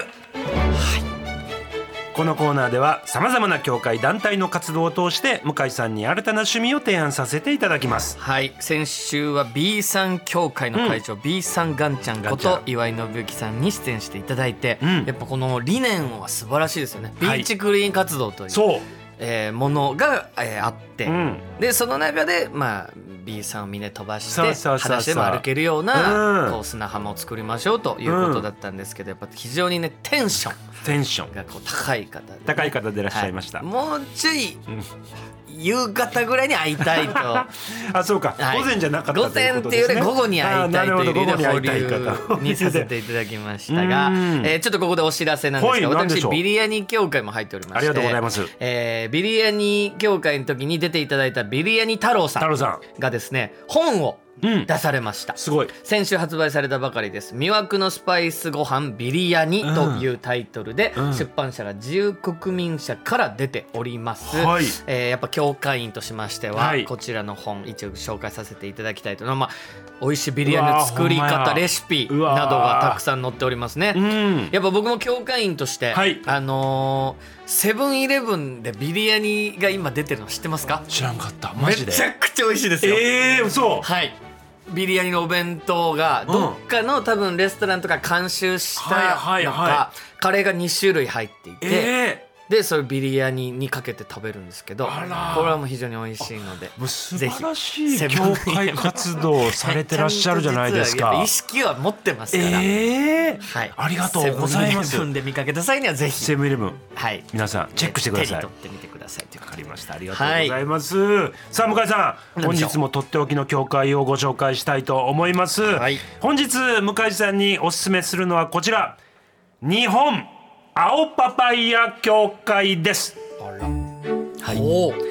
このコーナーではさまざまな教会団体の活動を通して向井さんに新たな趣味を提案させていただきますはい先週は B さん協会の会長、B さんガンちゃんこガとンち岩井信之さんに出演していただいて、んやっぱこの理念は素晴らしいですよね、はいビーチクリーン活動というそうえーものが、えーあって、うんでその中で、まあ、B さんを峰飛ばしてそうそうそうそう裸足でも歩けるような、うんこう砂浜を作りましょうということだったんですけど、やっぱ非常にねテンションテンションがこう高い方でね、高い方でいらっしゃいました、はもうちょい夕方ぐらいに会いたいと、あそうか、はい午前じゃなかったということです午ね前っていうより午後に会いたいという理由であ保ーなるほど午後に会いたい留方 にさせていただきましたが う、んえーちょっとここでお知らせなんですが、はい何で私しょうビリヤニ協会も入っておりましてありがとうございますえービリヤニ協会の時に出ていただいたビリヤニ太郎さ 太郎んさがですね本をんうん出されました、すごい先週発売されたばかりです「魅惑のスパイスご飯ビリヤニ」というタイトルで、うん出版社が自由国民社から出ております、はいえーやっぱ教会員としましては、はいこちらの本一応紹介させていただきたいとまあ美味しいビリヤニの作りうわーほんま方やレシピなうどわーがたくさん載っておりますね、うんやっぱ僕も教会員として、はいあのーセブンイレブンでビリヤニが今出てるの知ってますか知らんかったマめジでちゃくちゃ美味しいですよ、ええー、そうはいビリヤニのお弁当がうんどっかの多分レストランとか監修したのか、はいはいはカレーが2種類入っていて、えでそれビリヤニにかけて食べるんですけどこあれらはもう非常に美味しいのでー、もう素晴らしいぜひ教会活動をされてらっしゃるじゃないですちゃんと実はやっぱか意識は持ってますから、ええはい、ありがとうございますセブンイレブンで見かけた際にはぜひセブンイレブンはい皆さんチェックしてください手にわ取ってみてくださいというわかりましたありがとうございます、さあ向井さん何本でしょう日もとっておきの教会をご紹介したいと思います、はい本日向井さんにおすすめするのはこちら日本青パパイヤ教会ですはい、おー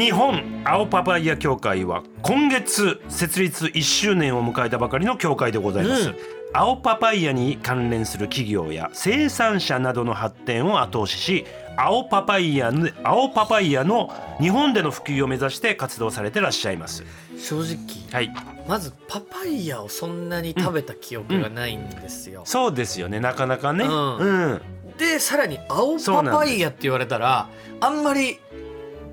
日本青パパイヤ協会は今月設立1周年を迎えたばかりの協会でございます、うん青パパイヤに関連する企業や生産者などの発展を後押しし青パパイヤの青パパイヤの日本での普及を目指して活動されてらっしゃいます正直はいまずパパイヤをそんなに食べた記憶がないんですよ、そうですよねなかなかねうんうんでさらに青パパイヤって言われたらあんまり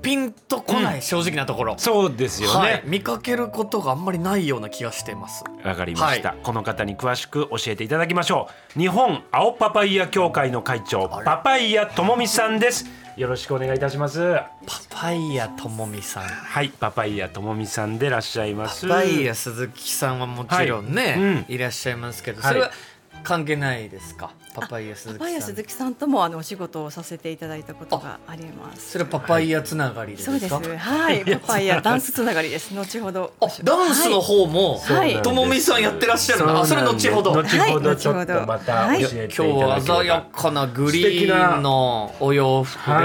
ピンとこない、う正直なところそうですよはいね、見かけることがあんまりないような気がしてますわかりました、はこの方に詳しく教えていただきましょう日本青パパイヤ協会の会長あらパパイヤともみさんですよろしくお願いいたしますパパイヤともみさんはいパパイヤともみさんでいらっしゃいまパすパイヤ鈴木さんはもちろんね、はいいうんらっしゃいますけどはそいれは関係ないですかパパイヤ鈴木パン屋さん鈴木さんともあのお仕事をさせていただいたことがあります。それはパパイヤつながりですそか、うです。はい、パパイヤダンスつながりです。後ほど。あダンスの方も、はいともみさんやってらっしゃるなあそれ後ほど後はいほどち後ょほっどとまたは教いえてい今日たはだ鮮ければやかなグリーンのお洋服で、は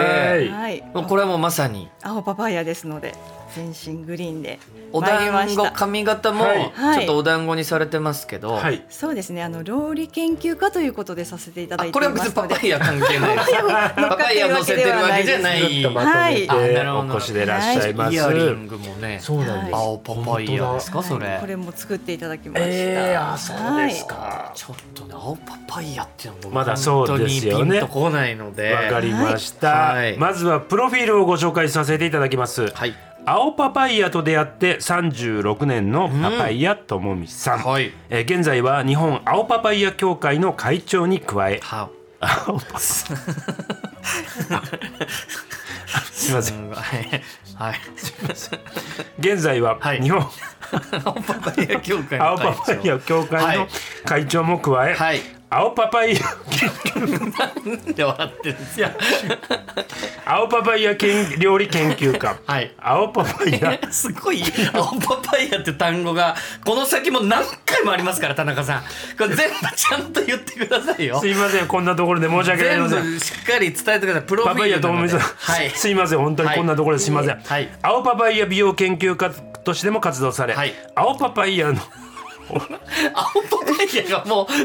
はい。もうこれはもうまさに青パパイヤですので、全身グリーンで。お団参り子ました髪型もはいちょっとお団子にされてますけど、はいそうですね。あの料理研究家ということでさせていただあいこてれいは別にパますので。パイヤ関係ないですパパパイヤ乗せてるわけじゃないちょっとまとめはあてなるほどお越しでいらっしゃいまイす、ヤリングもねそうなんです、はい青パパイヤですかそれこれも作っていただきました。えー、あそうですか、はちょっとね青パパイヤっていうのは僕まだそうですよね本当にピンとこないのでわかりました、はいまずはプロフィールをご紹介させていただきます、はい青パパイヤと出会って36年のパパイヤともみさん、はいえー現在は日本青パパイヤ協会の会長に加えは青パパすいませんうんはいはい 現在ははい 日本、青パパイヤ協会の青会長パパイヤ協会の会長も加え、はい青パパイヤで笑ってるんですよ 青パパイヤ研料理研究家、はい青パパ イヤすごい青パパイヤって単語がこの先も何回もありますから田中さんこれ全部ちゃんと言ってくださいよすいませんこんなところで申し訳あり全ません部しっかり伝えてくださいプロフィーパルパイヤとのも中みでさん、はいすいません本当にこんなところですいません、はい青パパイヤ美容研究家としても活動され、はい青パパイヤの青パパイヤがもう壺に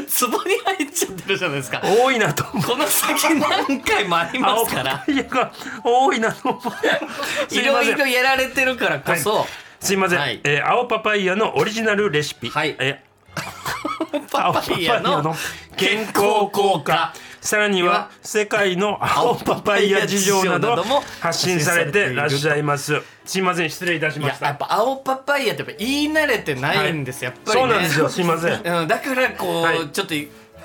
入っちゃってるじゃないですか多いなとこの先何回もありま青すかパらパイヤが多いなと思うすいいまろせいんろやられてるからこそ、はいすいません、はいえー青パパイヤのオリジナルレシピ、はいえパパイヤの健康効果さらにはは世界の青パパイヤ事情など発信されてらっしゃいますすいません失礼いたしいまやしたやっぱ青パパイヤってやっぱ言い慣れてないんです、やっぱり、ね、そうなんですよすいませんうん、だからこう、はいちょっと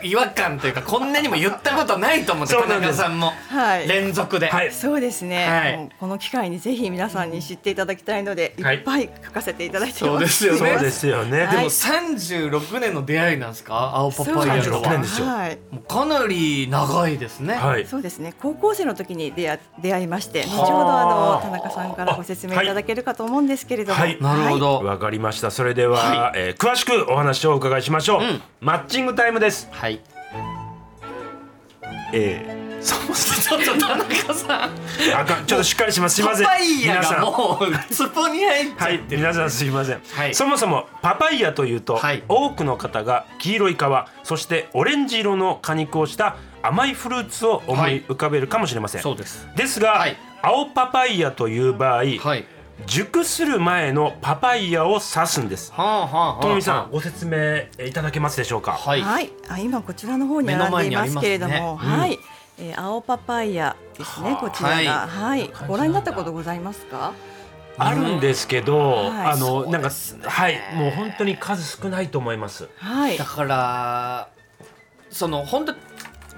違和感というかこんなにも言ったことないと思ってそう田なんで中すさんもはい連続で、はいそうですね、はいもうこの機会にぜひ皆さんに知っていただきたいので、はいい、っぱい書かせていただいてそうですよねそうですよね、はでいも36年の出会いなんですか青パパイヤそうとな36は年んですよはいもうかなり長いですね、はいそうですね高校生の時に出会出会いまして後ほどはああの田中さんからご説明いただけるかと思うんですけれども、はいなるほど、わかりましたそれでは、はえー詳しくお話をお伺いしましょう、んマッチングタイムですはいえー、そもそちょっと田中さんもあかんちょっとしっかりしますすいまパせんパイヤ皆さがんもうツボに入っちゃはっい、てる、皆さんすいません、はいそもそもパパイヤというと、はい多くの方が黄色い皮そしてオレンジ色の果肉をした甘いフルーツを思い浮かべるかもしれません、そうですですが、はい青パパイヤという場合、はい熟する前のパパイヤを指すんですはあはあはあともみさんご説明いただけますでしょうかはい、はい、あ今こちらの方に目の並ん前でいにあまりすますねけれども、うんはい、えー青パパイヤですねこちらが、はい、ご覧になったことございますか？あるんですけど、はいあのなんか、そうですねはいもう本当に数少ないと思いますはいだ、からその本当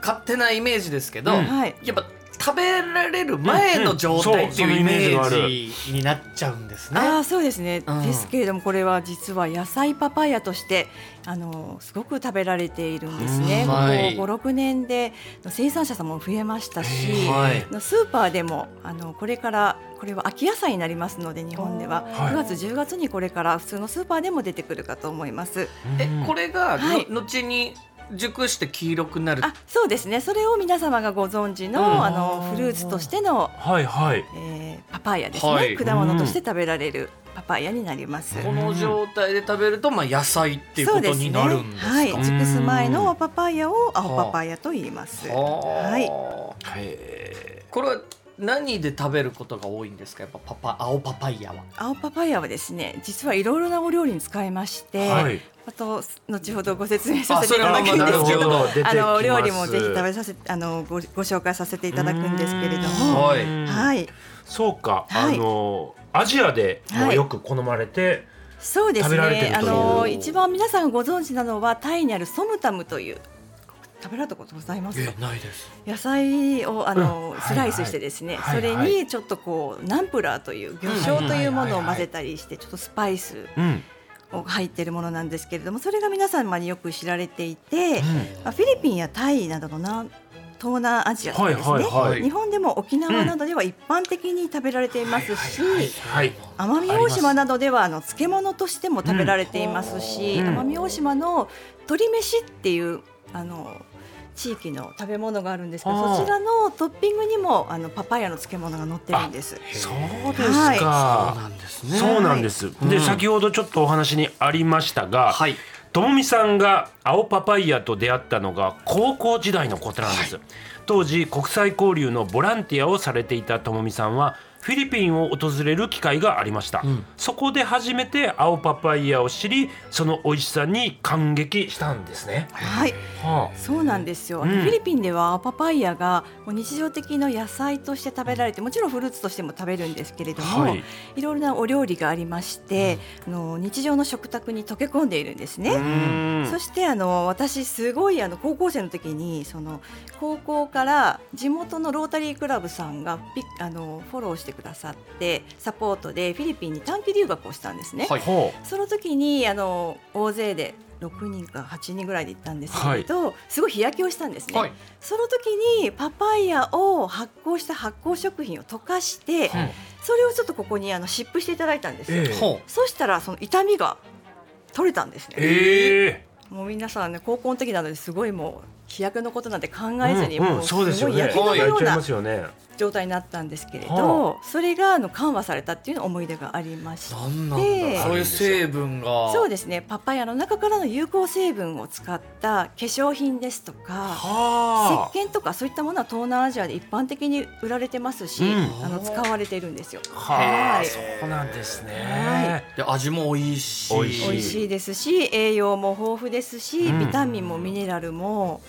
勝手なイメージですけど、うんはいやっぱ食べられる前の状態ってうんういうんそうそのイイメメージがあるージになっちゃうんですね。ああそうですね、うんですけれどもこれは実は野菜パパイヤとしてあのすごく食べられているんですね。うんここはい5、6年で生産者さんも増えましたし、はいのスーパーでもあのこれからこれは秋野菜になりますので日本でははい9月10月にこれから普通のスーパーでも出てくるかと思います。えこれが、はいの後に熟して黄色くなるあそうですねそれを皆様がご存知の,、うんあのフルーツとしての、はいはいえーパパイヤですね、はい果物として食べられるパパイヤになります。この状態で食べると、まあ、野菜っていうそこうでとすにねなるんですか。はい、熟す前うのんパパイヤを青パパイヤと言います。ははいい、へこれは何で食べることが多いんですかやっぱパパ青パパイヤは。青パパイヤはですね、実はいろいろなお料理に使えまして、ーはいあと後ほどご説明させていただくあそれんではまあなるすけほど。ど あのお料理もぜひ食べさせあのごご紹介させていただくんですけれどうーんも、はいはいい、そうか、はいあのアジアでもよく好まれて、そうです食べられてるとね。あいうの一番皆さんご存知なのはタイにあるソムタムという食べられたことございますか？ないです。野菜をあうのんスライスしてですね、はいはいそれはいはにちょっとこうナンプラーという魚うん醤というものはいはいはをい混ぜたりしてちょっとスパイスうんを入っているものなんですけれどもそれが皆様によく知られていて、うまあ、フィリピンやタイなどの南東南アジアとかですね、はいはいはい日本でも沖縄などでは一般的に食べられていますし。はい奄美大島などではあの漬物としても食べられていますし、うん奄美大島の鶏飯っていうあの地域の食べ物があるんですけあーどそちらのトッピングにもあのパパイヤの漬物が載ってるんです。そうですはいそうか、なんですね。そうなんです、いでうん先ほどちょっとお話にありましたが、はい。ともみさんが青パパイヤと出会ったのが高校時代のことなんです、当時国際交流のボランティアをされていたともみさんはフィリピンを訪れる機会がありました、んそこで初めて青パパイヤを知りその美味しさに感激したんですね、はい、はそうなんですよ、うんフィリピンではパパイヤがもう日常的な野菜として食べられてもちろんフルーツとしても食べるんですけれども、はいい、ろいろなお料理がありまして、あの日常の食卓に溶け込んでいるんですね。あ、うんそしてあの私すごいあの高校生の時にその高校から地元のロータリークラブさんがピあのフォローしてくださってサポートでフィリピンに短期留学をしたんですね。はいほその時にあの大勢で6人か8人ぐらいで行ったんですけど、すごい日焼けをしたんですね、はいその時にパパイヤを発酵した発酵食品を溶かして、はいそれをちょっとここにあの湿布していただいたんですよ、ええほそしたらその痛みが取れたんですね、うえもう皆さんね高校の時なのですごいもう飛躍のことなんて考えずに、うんうんもうすそうごですよいね焼けのようやっちゃいなますよね状態になったんですけれど、はそれがあの緩和されたっていう思い出がありまうしてなんなんだ、でそういう成分がそうですねパパイヤの中からの有効成分を使った化粧品ですとかは石鹸とかそういったものは東南アジアで一般的に売られてますし、うんあの使われているんですよ。あははあいそうなんですね、はで味も美味しい美味し美味しいですし栄養も豊富ですし、うんビタミンもミネラルも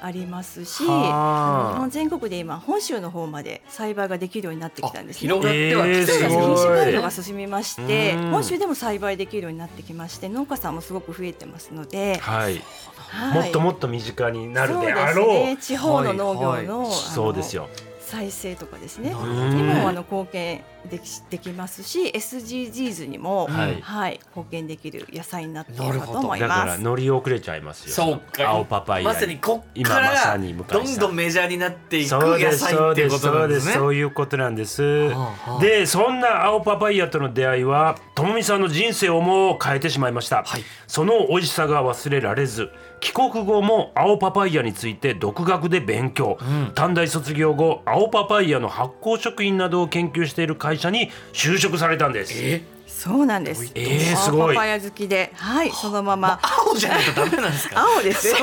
ありますしはああの日本全国で今本州の方まで栽培ができるようになってきたんですね。広がってはきてそうるですえーす品種ごい改良が進みましてうん本州でも栽培できるようになってきまして農家さんもすごく増えてますので、はい、はいもっともっと身近になるであそうろですね、う地方の農業の,、はいはいあのそうですよ再生とかですねになるほどねもあの貢献できできますし SDGs にも、ははいい貢献できる野菜になっていなるるかほとど思いだからます。乗り遅れちゃいますよそうか青パパイヤまさにこっか今まさらに向井さどんんどんメジャーになっていくそう野です菜そうっていでうこすとそなうんでですすねそういうことなんですはあはあでそんな青パパイヤとの出会いはともみさんの人生をも変えてしまいました、はいその美味しさが忘れられず帰国後も青パパイヤについて独学で勉強、ん短大卒業後青パパイヤの発酵食品などを研究している会社に就職されたんですえそうなんです。えーすごい青パパイヤ好きで、はい、そのまま青じゃないとダメなんですか 青です。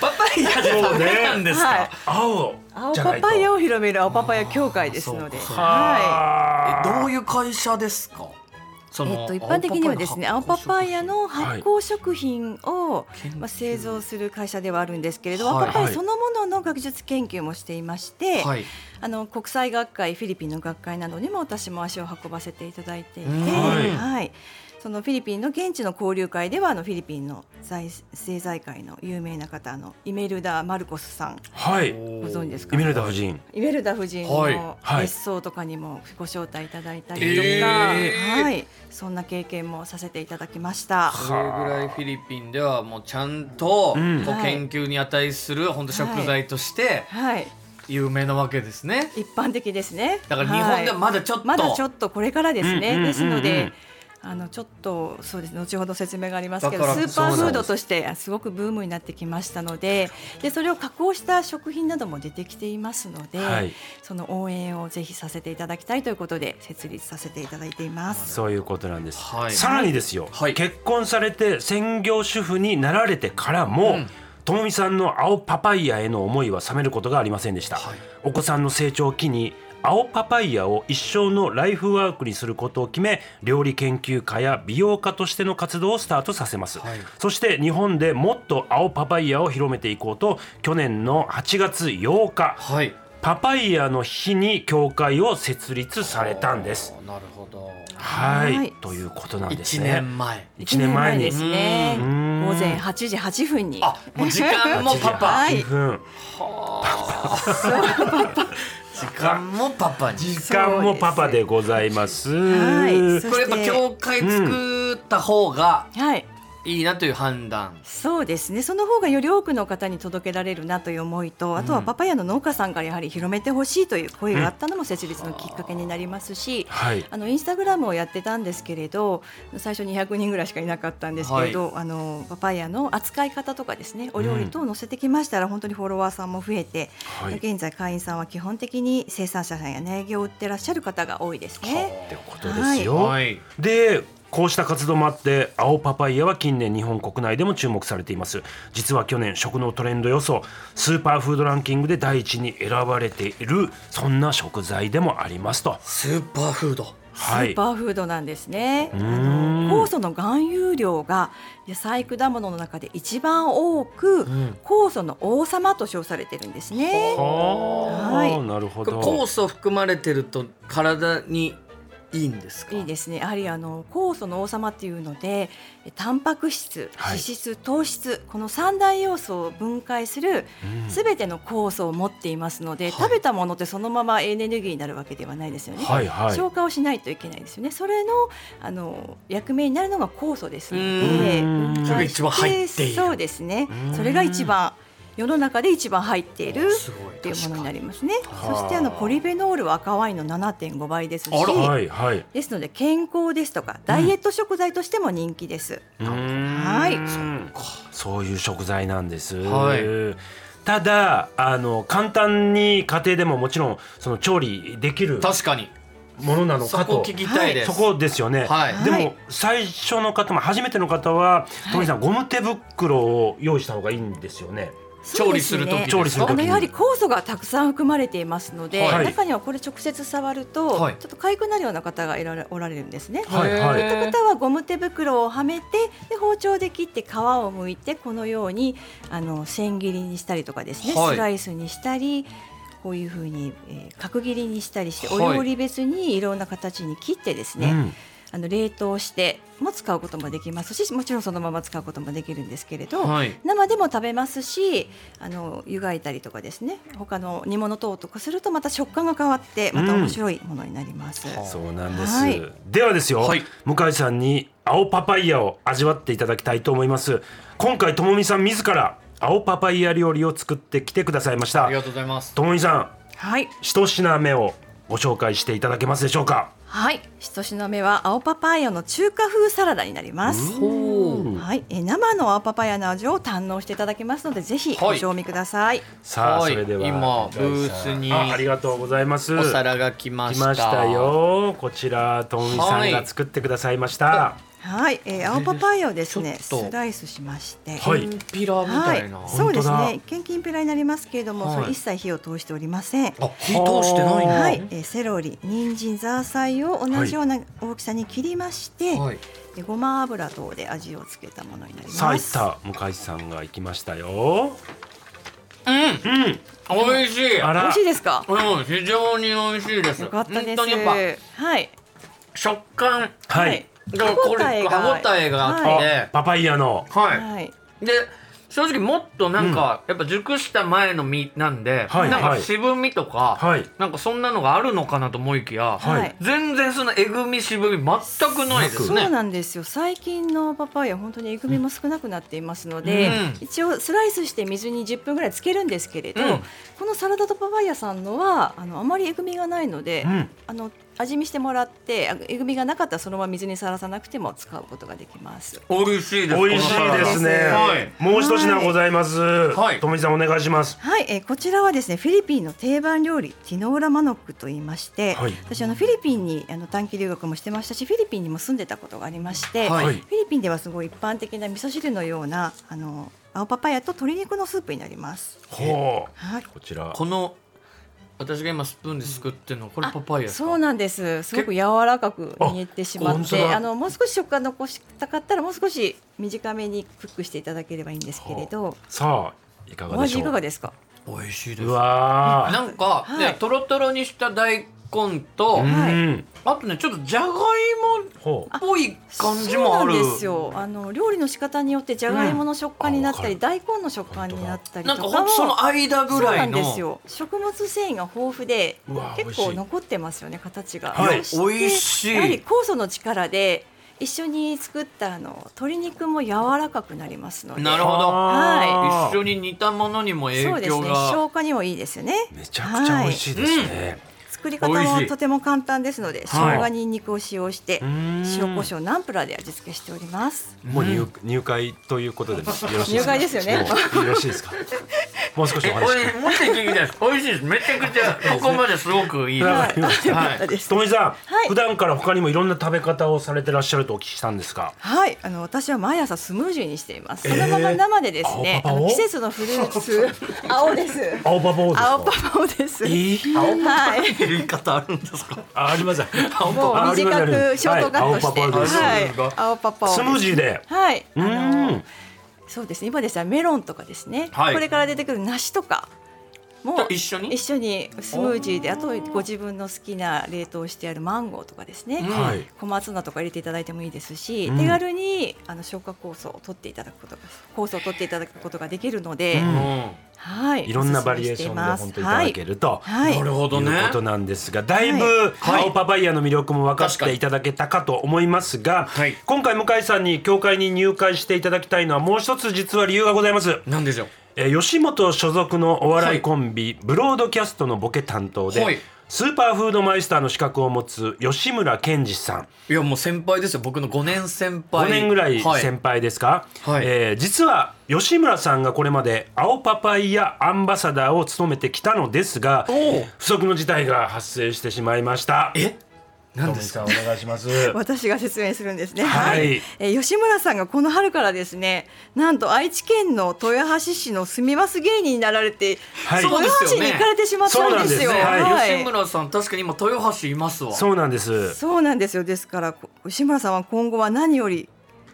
パパイヤじゃダメなんですはいか青青じゃなパいとパイヤを広める青パパイヤ協会ですので、あーそうかははえあどういう会社ですかそい。のえっと一般的にはですね、青パパイヤのはい発酵食品を、研究まあ製造する会社ではあるんですけれど、はい青パパイヤそのものの学術研究もしていまして、はいあの国際学会フィリピンの学会などにも私も足を運ばせていただいていて、うんはいはいそのフィリピンの現地の交流会ではあのフィリピンの財政財界の有名な方あのイメルダ・マルコスさんはいごご存知ですかイメルダ夫人イメルダ夫人はいのはい別荘とかにもご招待いただいたりとか、えーはい、そんな経験もさせていただきました。それぐらいフィリピンではもうちゃんとこううん研究に値する本当食材としてはい、有名なわけですね一般的ですね。だから日本でははいまだちょっとまだちょっとこれからですうんうんうんうんね。ですので。あのちょっとそうですね後ほど説明がありますけどだスからーパーフードとしてすごくブームになってきましたのででそれを加工した食品なども出てきていますので、はいその応援をぜひさせていただきたいということで設立させていただいています。そういうことなんです、はいさらにですよ、はい結婚されて専業主婦になられてからも、うんともみさんの青パパイヤへの思いは冷めることがありませんでした、はいお子さんの成長を機に青パパイヤを一生のライフワークにすることを決め料理研究家や美容家としての活動をスタートさせます、はいそして日本でもっと青パパイヤを広めていこうと去年の8月8日はいパパイヤの日に協会を設立されたんですあーなるほどはい、はいということなんです一ね年前一年前に一ですね。う午ん前8時8分にあもう 時間もパパ は8い分時間もパパに時間もパパでございます。はいそこれやっぱ教会作った方がはい。いいなという判断そうですねその方がより多くの方に届けられるなという思いとあとはパパイヤの農家さんからやはり広めてほしいという声があったのも設立のきっかけになりますし、はい。あのインスタグラムをやってたんですけれど最初200人ぐらいしかいなかったんですけれど、あのパパイヤの扱い方とかですねお料理等を載せてきましたら、本当にフォロワーさんも増えて、はい現在会員さんは基本的に生産者さんや苗木を売ってらっしゃる方が多いですね。ってことですよ。いで、こうした活動もあって青パパイヤは近年日本国内でも注目されています実は去年食のトレンド予想スーパーフードランキングで第一に選ばれているそんな食材でもありますとスーパーフードスーパーフードなんですね、あーんの酵素の含有量が野菜果物の中で一番多く、酵素の王様と称されてるんですねははいなるほど酵素含まれてると体にいいんですかいいですねやはりあの酵素の王様っていうのでえタンパク質はい脂質糖質この三大要素を分解するうんすべての酵素を持っていますのはで、い食べたものってそのままエネルギーになるわけではないですよね、はいはい消化をしないといけないですよねそれのあの役目になるのが酵素ですのうでん分解しそれてが一番入っているそうですねうんそれが一番世の中で一番入っているすごいっていうものになりまますね確かにそしてあのポリフェノールは赤ワインの7.5倍ですしあらはいはいですので健康ですとかダイエット食材としても人気です。ははいそういう食材なんです。はいただあの簡単に家庭でももちろんその調理できる確かにものなのそか。こと聞きたいです、そこですよね、はいではもい最初の方も初めての方は富井さん、ゴム手袋を用意した方がいいんですよね調理する時ですか調理するあ時のやはり酵素がたくさん含まれていますので、はい中にはこれ直接触ると、はいちょっと痒くなるような方がいられおられるんですね。はいはいそういった方はゴム手袋をはめてで包丁で切って皮を剥いてこのようにあの千切りにしたりとかですね、はいスライスにしたりこういうふうに、えー角切りにしたりしておはい料理別にいろんな形に切ってですね、うんあの冷凍しても使うこともできますしもちろんそのまま使うこともできるんですけれど、はい生でも食べますしあの湯がいたりとかですね他の煮物等とかするとまた食感が変わってまた面白いものになります。んはそうなんです、はいではですよ、はい向井さんに青パパイヤを味わっていただきたいと思います今回ともみさん自ら青パパイヤ料理を作ってきてくださいましたありがとうございますともみさんはい、一品目をご紹介していただけますでしょうかはい、一品目は青パパイヤの中華風サラダになります。ほはい、えー生の青パパイヤの味を堪能していただけますのでぜひはいご賞味ください。さあ、はいそれでは今向井さんブースにあありがとうございますうお皿が来ま来したましたよこちらともみさんが作ってくださいました、はい、えー青パパイヤをですねちょっとスライスしまして、はいきんぴらみたいな、はい、そうです本当だね。一見きんぴらになりますけれども、はいそれ一切火を通しておりません。あ火通してないんだはい、えーセロリ、人参、ザーサイを同じような大きさに切りまして、はいでごま油等で味をつけたものになります。さあいった向井さんが行きましたようん美味しいあ美ら味しいですか？うん非常に美味しいですよかった本です。当にやっはい。ぱ食感はい、がこれ歯応えが歯応えがあって、はあパパイヤのはい、はい。で正直もっとなんか、やっぱ熟した前の実なんで、はいなんかはい渋みとか、はいなんかそんなのがあるのかなと思いきや、はいはい全然そのえぐみ渋み全くないですそうね。なんですよ最近のパパイヤ本当にえぐみも少なくなっていますので、うん一応スライスして水に10分ぐらいつけるんですけれど、うんこのサラダとパパイヤさんのはあのあまりえぐみがないので、うんあの味見してもらってあえぐみがなかったらそのまま水にさらさなくても使うことができます。美味しいです。美味しこのいサラでダすね、はい。もう一品ございます、はいともみさんお願いしますはい、えーこちらはですねフィリピンの定番料理ティノーラマノックと言いまして、はい私あのフィリピンにあの短期留学もしてましたしフィリピンにも住んでたことがありまして、はいフィリピンではすごい一般的な味噌汁のようなあの青パパイヤと鶏肉のスープになります。ほうはいこちらこの私が今スプーンですくってるのこれパパイヤですかそうなんです。すごく柔らかく煮えてしまあっ本当て、だあのもう少し食感残したかったらもう少し短めにクックしていただければいいんですけれど、さあいかがおでし味ょいうかがですか？美味しいですう。わーなんか、はいねとろとろにした大根と、うん、はいあとねちょっとじゃがいもほうっぽい感じもある。そうなんですよ。あの料理の仕方によってじゃがいもの食感になったり、うん大根の食感になったりなとんかかほんも。とその間ぐらいそうなんのですよ。食物繊維が豊富でうわ、結美味し構い残ってますよね形が。はいそて美味しいやはり酵素の力で一緒に作ったあの鶏肉も柔らかくなりますので。なるほどあー一緒に似たものにも影そうです響ね。が消化にもいいですよね。めちゃくちゃ美味しいですね、作り方美味しもいとても簡単ですので、はい生姜にんにくを使用してうーん塩コショウナンプラーで味付けしております。もう入入会ということでよろしいですか入会ですよねもうよろしいですか もう少しお話聞きもう一回聞きたいです。美味しいです。めちゃくちゃ、ここまですごくいいです。はい、はい よかったです。ともいさん、はい普段から他にもいろんな食べ方をされてらっしゃるとお聞きしたんですが、はい、あの私は毎朝スムージーにしています。えーそのまま生でですね、青パパをあの季節のフルー ツ、青です。青パパをですか青パパをです。はい。言い方あるんですか。あありません。もうあありませ短んくショートカットして、はい青パパです、はい、青パパを。スムージーで。はい、あうのん。そうですね。今でしたらメロンとかですね、はいこれから出てくる梨とかもと一緒に一緒にスムージーで、あとご自分の好きな冷凍してあるマンゴーとかですうね。んはい。小松菜とか入れていただいてもいいですし、うん手軽にあの消化酵素を取っていただくことが酵素を取っていただくことができるので、うんはいいろんなバリエーションで本当にいただける、ると、はいなるほどねいうことなんですが、だいぶはい青パパイヤの魅力も分かっ確かてにいただけたかと思いますが、はい今回向井さんに協会に入会していただきたいのはもう一つ実は理由がございます。なんでしょう。えー吉本所属のお笑いコンビ、ブロードキャストのボケ担当で、はいスーパーフードマイスターの資格を持つ吉村健二さんいやもう先輩ですよ。僕の五年先輩。 5年ぐらいはい先輩ですか、はいえー実は吉村さんがこれまで青パパイヤアンバサダーを務めてきたのですがおう不測の事態が発生してしまいましたえ、なんですトかミー。さんお願いします 私が説明するんですね、はいえー吉村さんがこの春からですねなんと愛知県の豊橋市の住みます芸人になられて、はい豊橋に行かれてしまったんですそようなんですねははい吉村さん確かに今豊橋いますわ。そうなんですそうなんですよですからこ吉村さんは今後は何より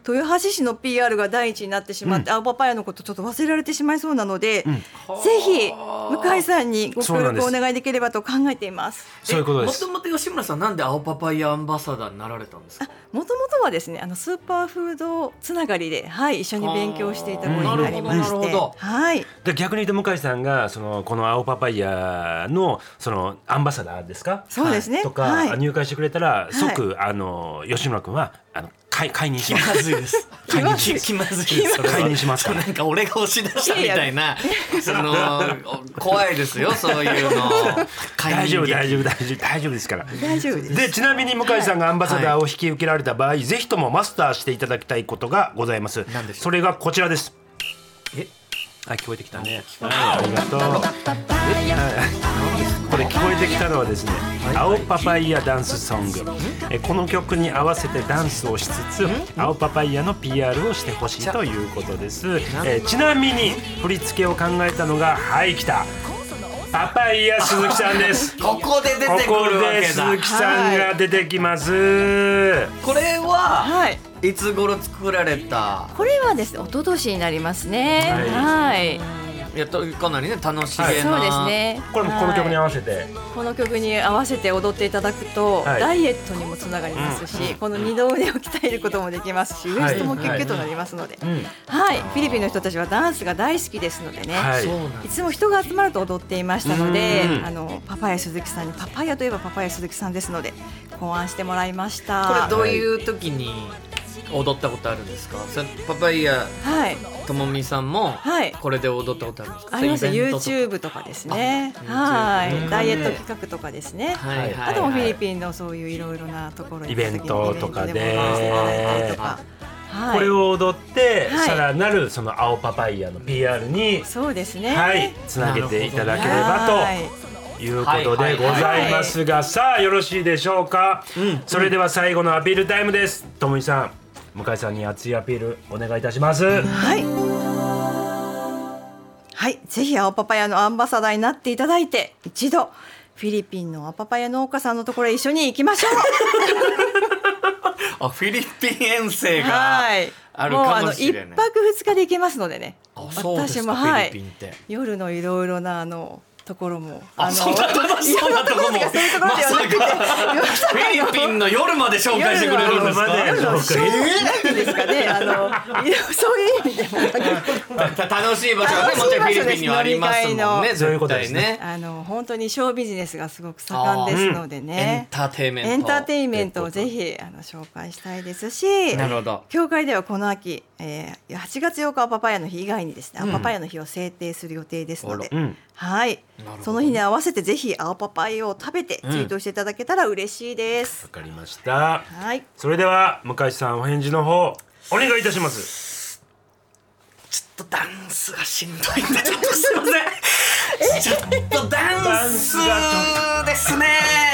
豊橋市の PR が第一になってしまって、青パパイヤのことちょっと忘れられてしまいそうなので、ぜひ向井さんにご協そうなんで力すをお願いできればと考えています。そういうことですもともと吉村さんなんで青パパイヤアンバサダーになられたんですか。もともとはですねあのスーパーフードつながりで、はい、一緒に勉強していたご縁がありまあーなるしほどなて、るほどはい、で逆に言うと向井さんがそのこの青パパイヤのそのアンバサダーですかそうですねはいとか、はい入会してくれたら即、あの吉村君はあの解解任し ますずいです。解任しきます気まずいです。それは解任しますからなんか俺が押し出したみたいな、その怖いですよそういうの。大丈夫大夫。丈夫大丈夫大丈夫ですから大丈夫ですでちなみに向井さんがアンバサダーを引き受けられた場合、ぜひともマスターしていただきたいことがございます何でしょうそれがこちらですえあ聞こえてきたねはいありがとうパパイヤこれ聞こえてきたのはですね青パパイヤダンスソングえこの曲に合わせてダンスをしつつ青パパイヤの PR をしてほしいということですえちなみに振り付けを考えたのがはい来たパパイヤ鈴木さんですここ で出こてくこるわでけだ鈴。木さんが出てきます。これははい、いつ頃作られた。これはですね一昨年になりますねはい、いやとかなりね楽しげな。そうです。ねこれもこの曲に合はわいせて、この曲に合わせて踊っていただくと、はいダイエットにもつながりますし、この二の腕を鍛えることもできますし、ウエストもキュッキュッとなりますので、はいフィリピンの人たちはダンスが大好きですのでね、はいそうなんいつも人が集まると踊っていましたのでう、んあのパパイヤ鈴木さんにパパイヤといえばパパイヤ鈴木さんですので考案してもらいました。これどういう時に踊ったことあるんですか。それパパイヤはいともみさんもはいこれで踊ったことあるんですか。ありますそういうイベントとか YouTube とかですね。あは YouTube いダイエット企画とかですね。はいはいはいあともフィリピンのそういういろいろなところにイベントとかでイベントも回していただいたりとか。はい。これを踊って、はいさらなるその青パパイヤの PR に、そうですね。はい、つなげていただけれはいばということでございますが、さあよろしいでしょうか、んそれでは最後のアピールタイムですともいさん向井さんに熱いアピールお願いいたします、はい。はい、ぜひ青パパヤのアンバサダーになっていただいて、一度。フィリピンの青パパヤ農家さんのところへ一緒に行きまし ょう。あフィリピン遠征がはい。あるかもしれもなういあの一泊二日で行けますのでね。あそうですか私もはフィリいピンって。夜のいろいろなあのところも。あのそんなとこそんなとこもいろんなところとかそういうところではなくてまさかフィリピンの夜まで紹介してくれるんですか夜のショーなんていうんですかね、あの、いやそういう意味で も、た楽しい場所がねもちろんフィリピンにはありますもんね楽しい場所ですそういう絶ことで対すねねあの、本当にショービジネスがすごく盛んですのでエンね。ターテイメントエンターテインメントをぜひあの紹介したいですし、なるほど教会ではこの秋、えー、8月8日はパパイヤの日以外にですね、うん青パパイヤの日を制定する予定ですのであ、んはいほど、その日に合わせてぜひ青パパイヤを食べてツイんートしていただけたら嬉しいですわ。かりましたはい、それでは向井さんお返事の方お願いいたしますとダンスがしんどいんでちょっとすいませんちょっとダンスですね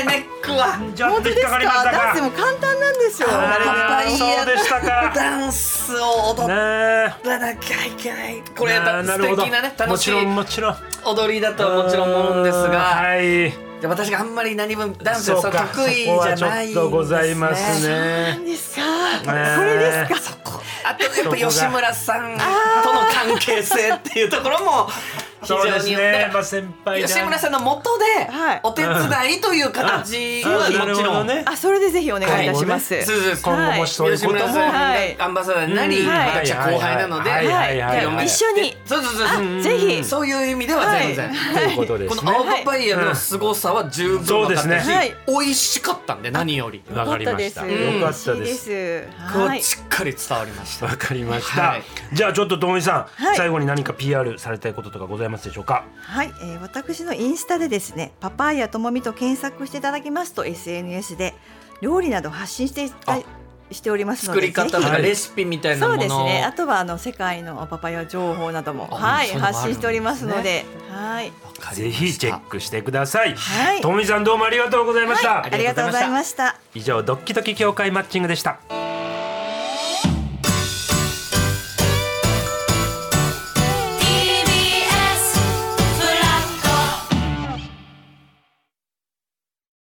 ネックはちょっと引っかかりましたダンスかも簡単なんですよ。あパーイそうでしたかダンスを踊ねえらなきゃいけないこれあーな素るほど敵なね楽もしちいろんもちろん踊りだとはもちろん思うんですうーんがはいで私があんまり何分ダンスそがうそうか得意じゃないんですそこはちょっとございまねすね何ですか。こねれですか。そこあとやっぱ吉村さんとの関係性っていうところも非そう常ですにね、まあ、先輩が吉村さんの元ではいお手伝いという形はあなもるほちろどん。ねあ、それでぜひお願いいたします。そうです今後もしそういう吉こと村も、さんはいがアンバサダーになり、うんはい私は後輩なので、はいはいいろんなはい一緒に。そうそうそうそうあ、ぜひ。そういう意味では全然、ということですこねの青パパイヤの凄さは十分分かったし、そうですねはい美味しかったんで何より、わかりました。良よかったです。す。こはうい。しっかり伝わりました、わかりました。はいじゃあちょっとともみさん、はい最後に何か PR されたいこととかございますでしょうか。はい、えー私のインスタでですね、パパイヤともみと検索していただきますと SNS で料理などを発信していたしておりますの作で、り方ぜとひかレシピみたいなそもうですのを、ね。あとはあの世界のパパイヤ情報などもあはいそういうのもあるんですね発信しておりますので、はいぜひチェックしてください。はいともみさんどうもありがとうございました。ありがとうございました。以上ドッキドキ協会マッチングでした。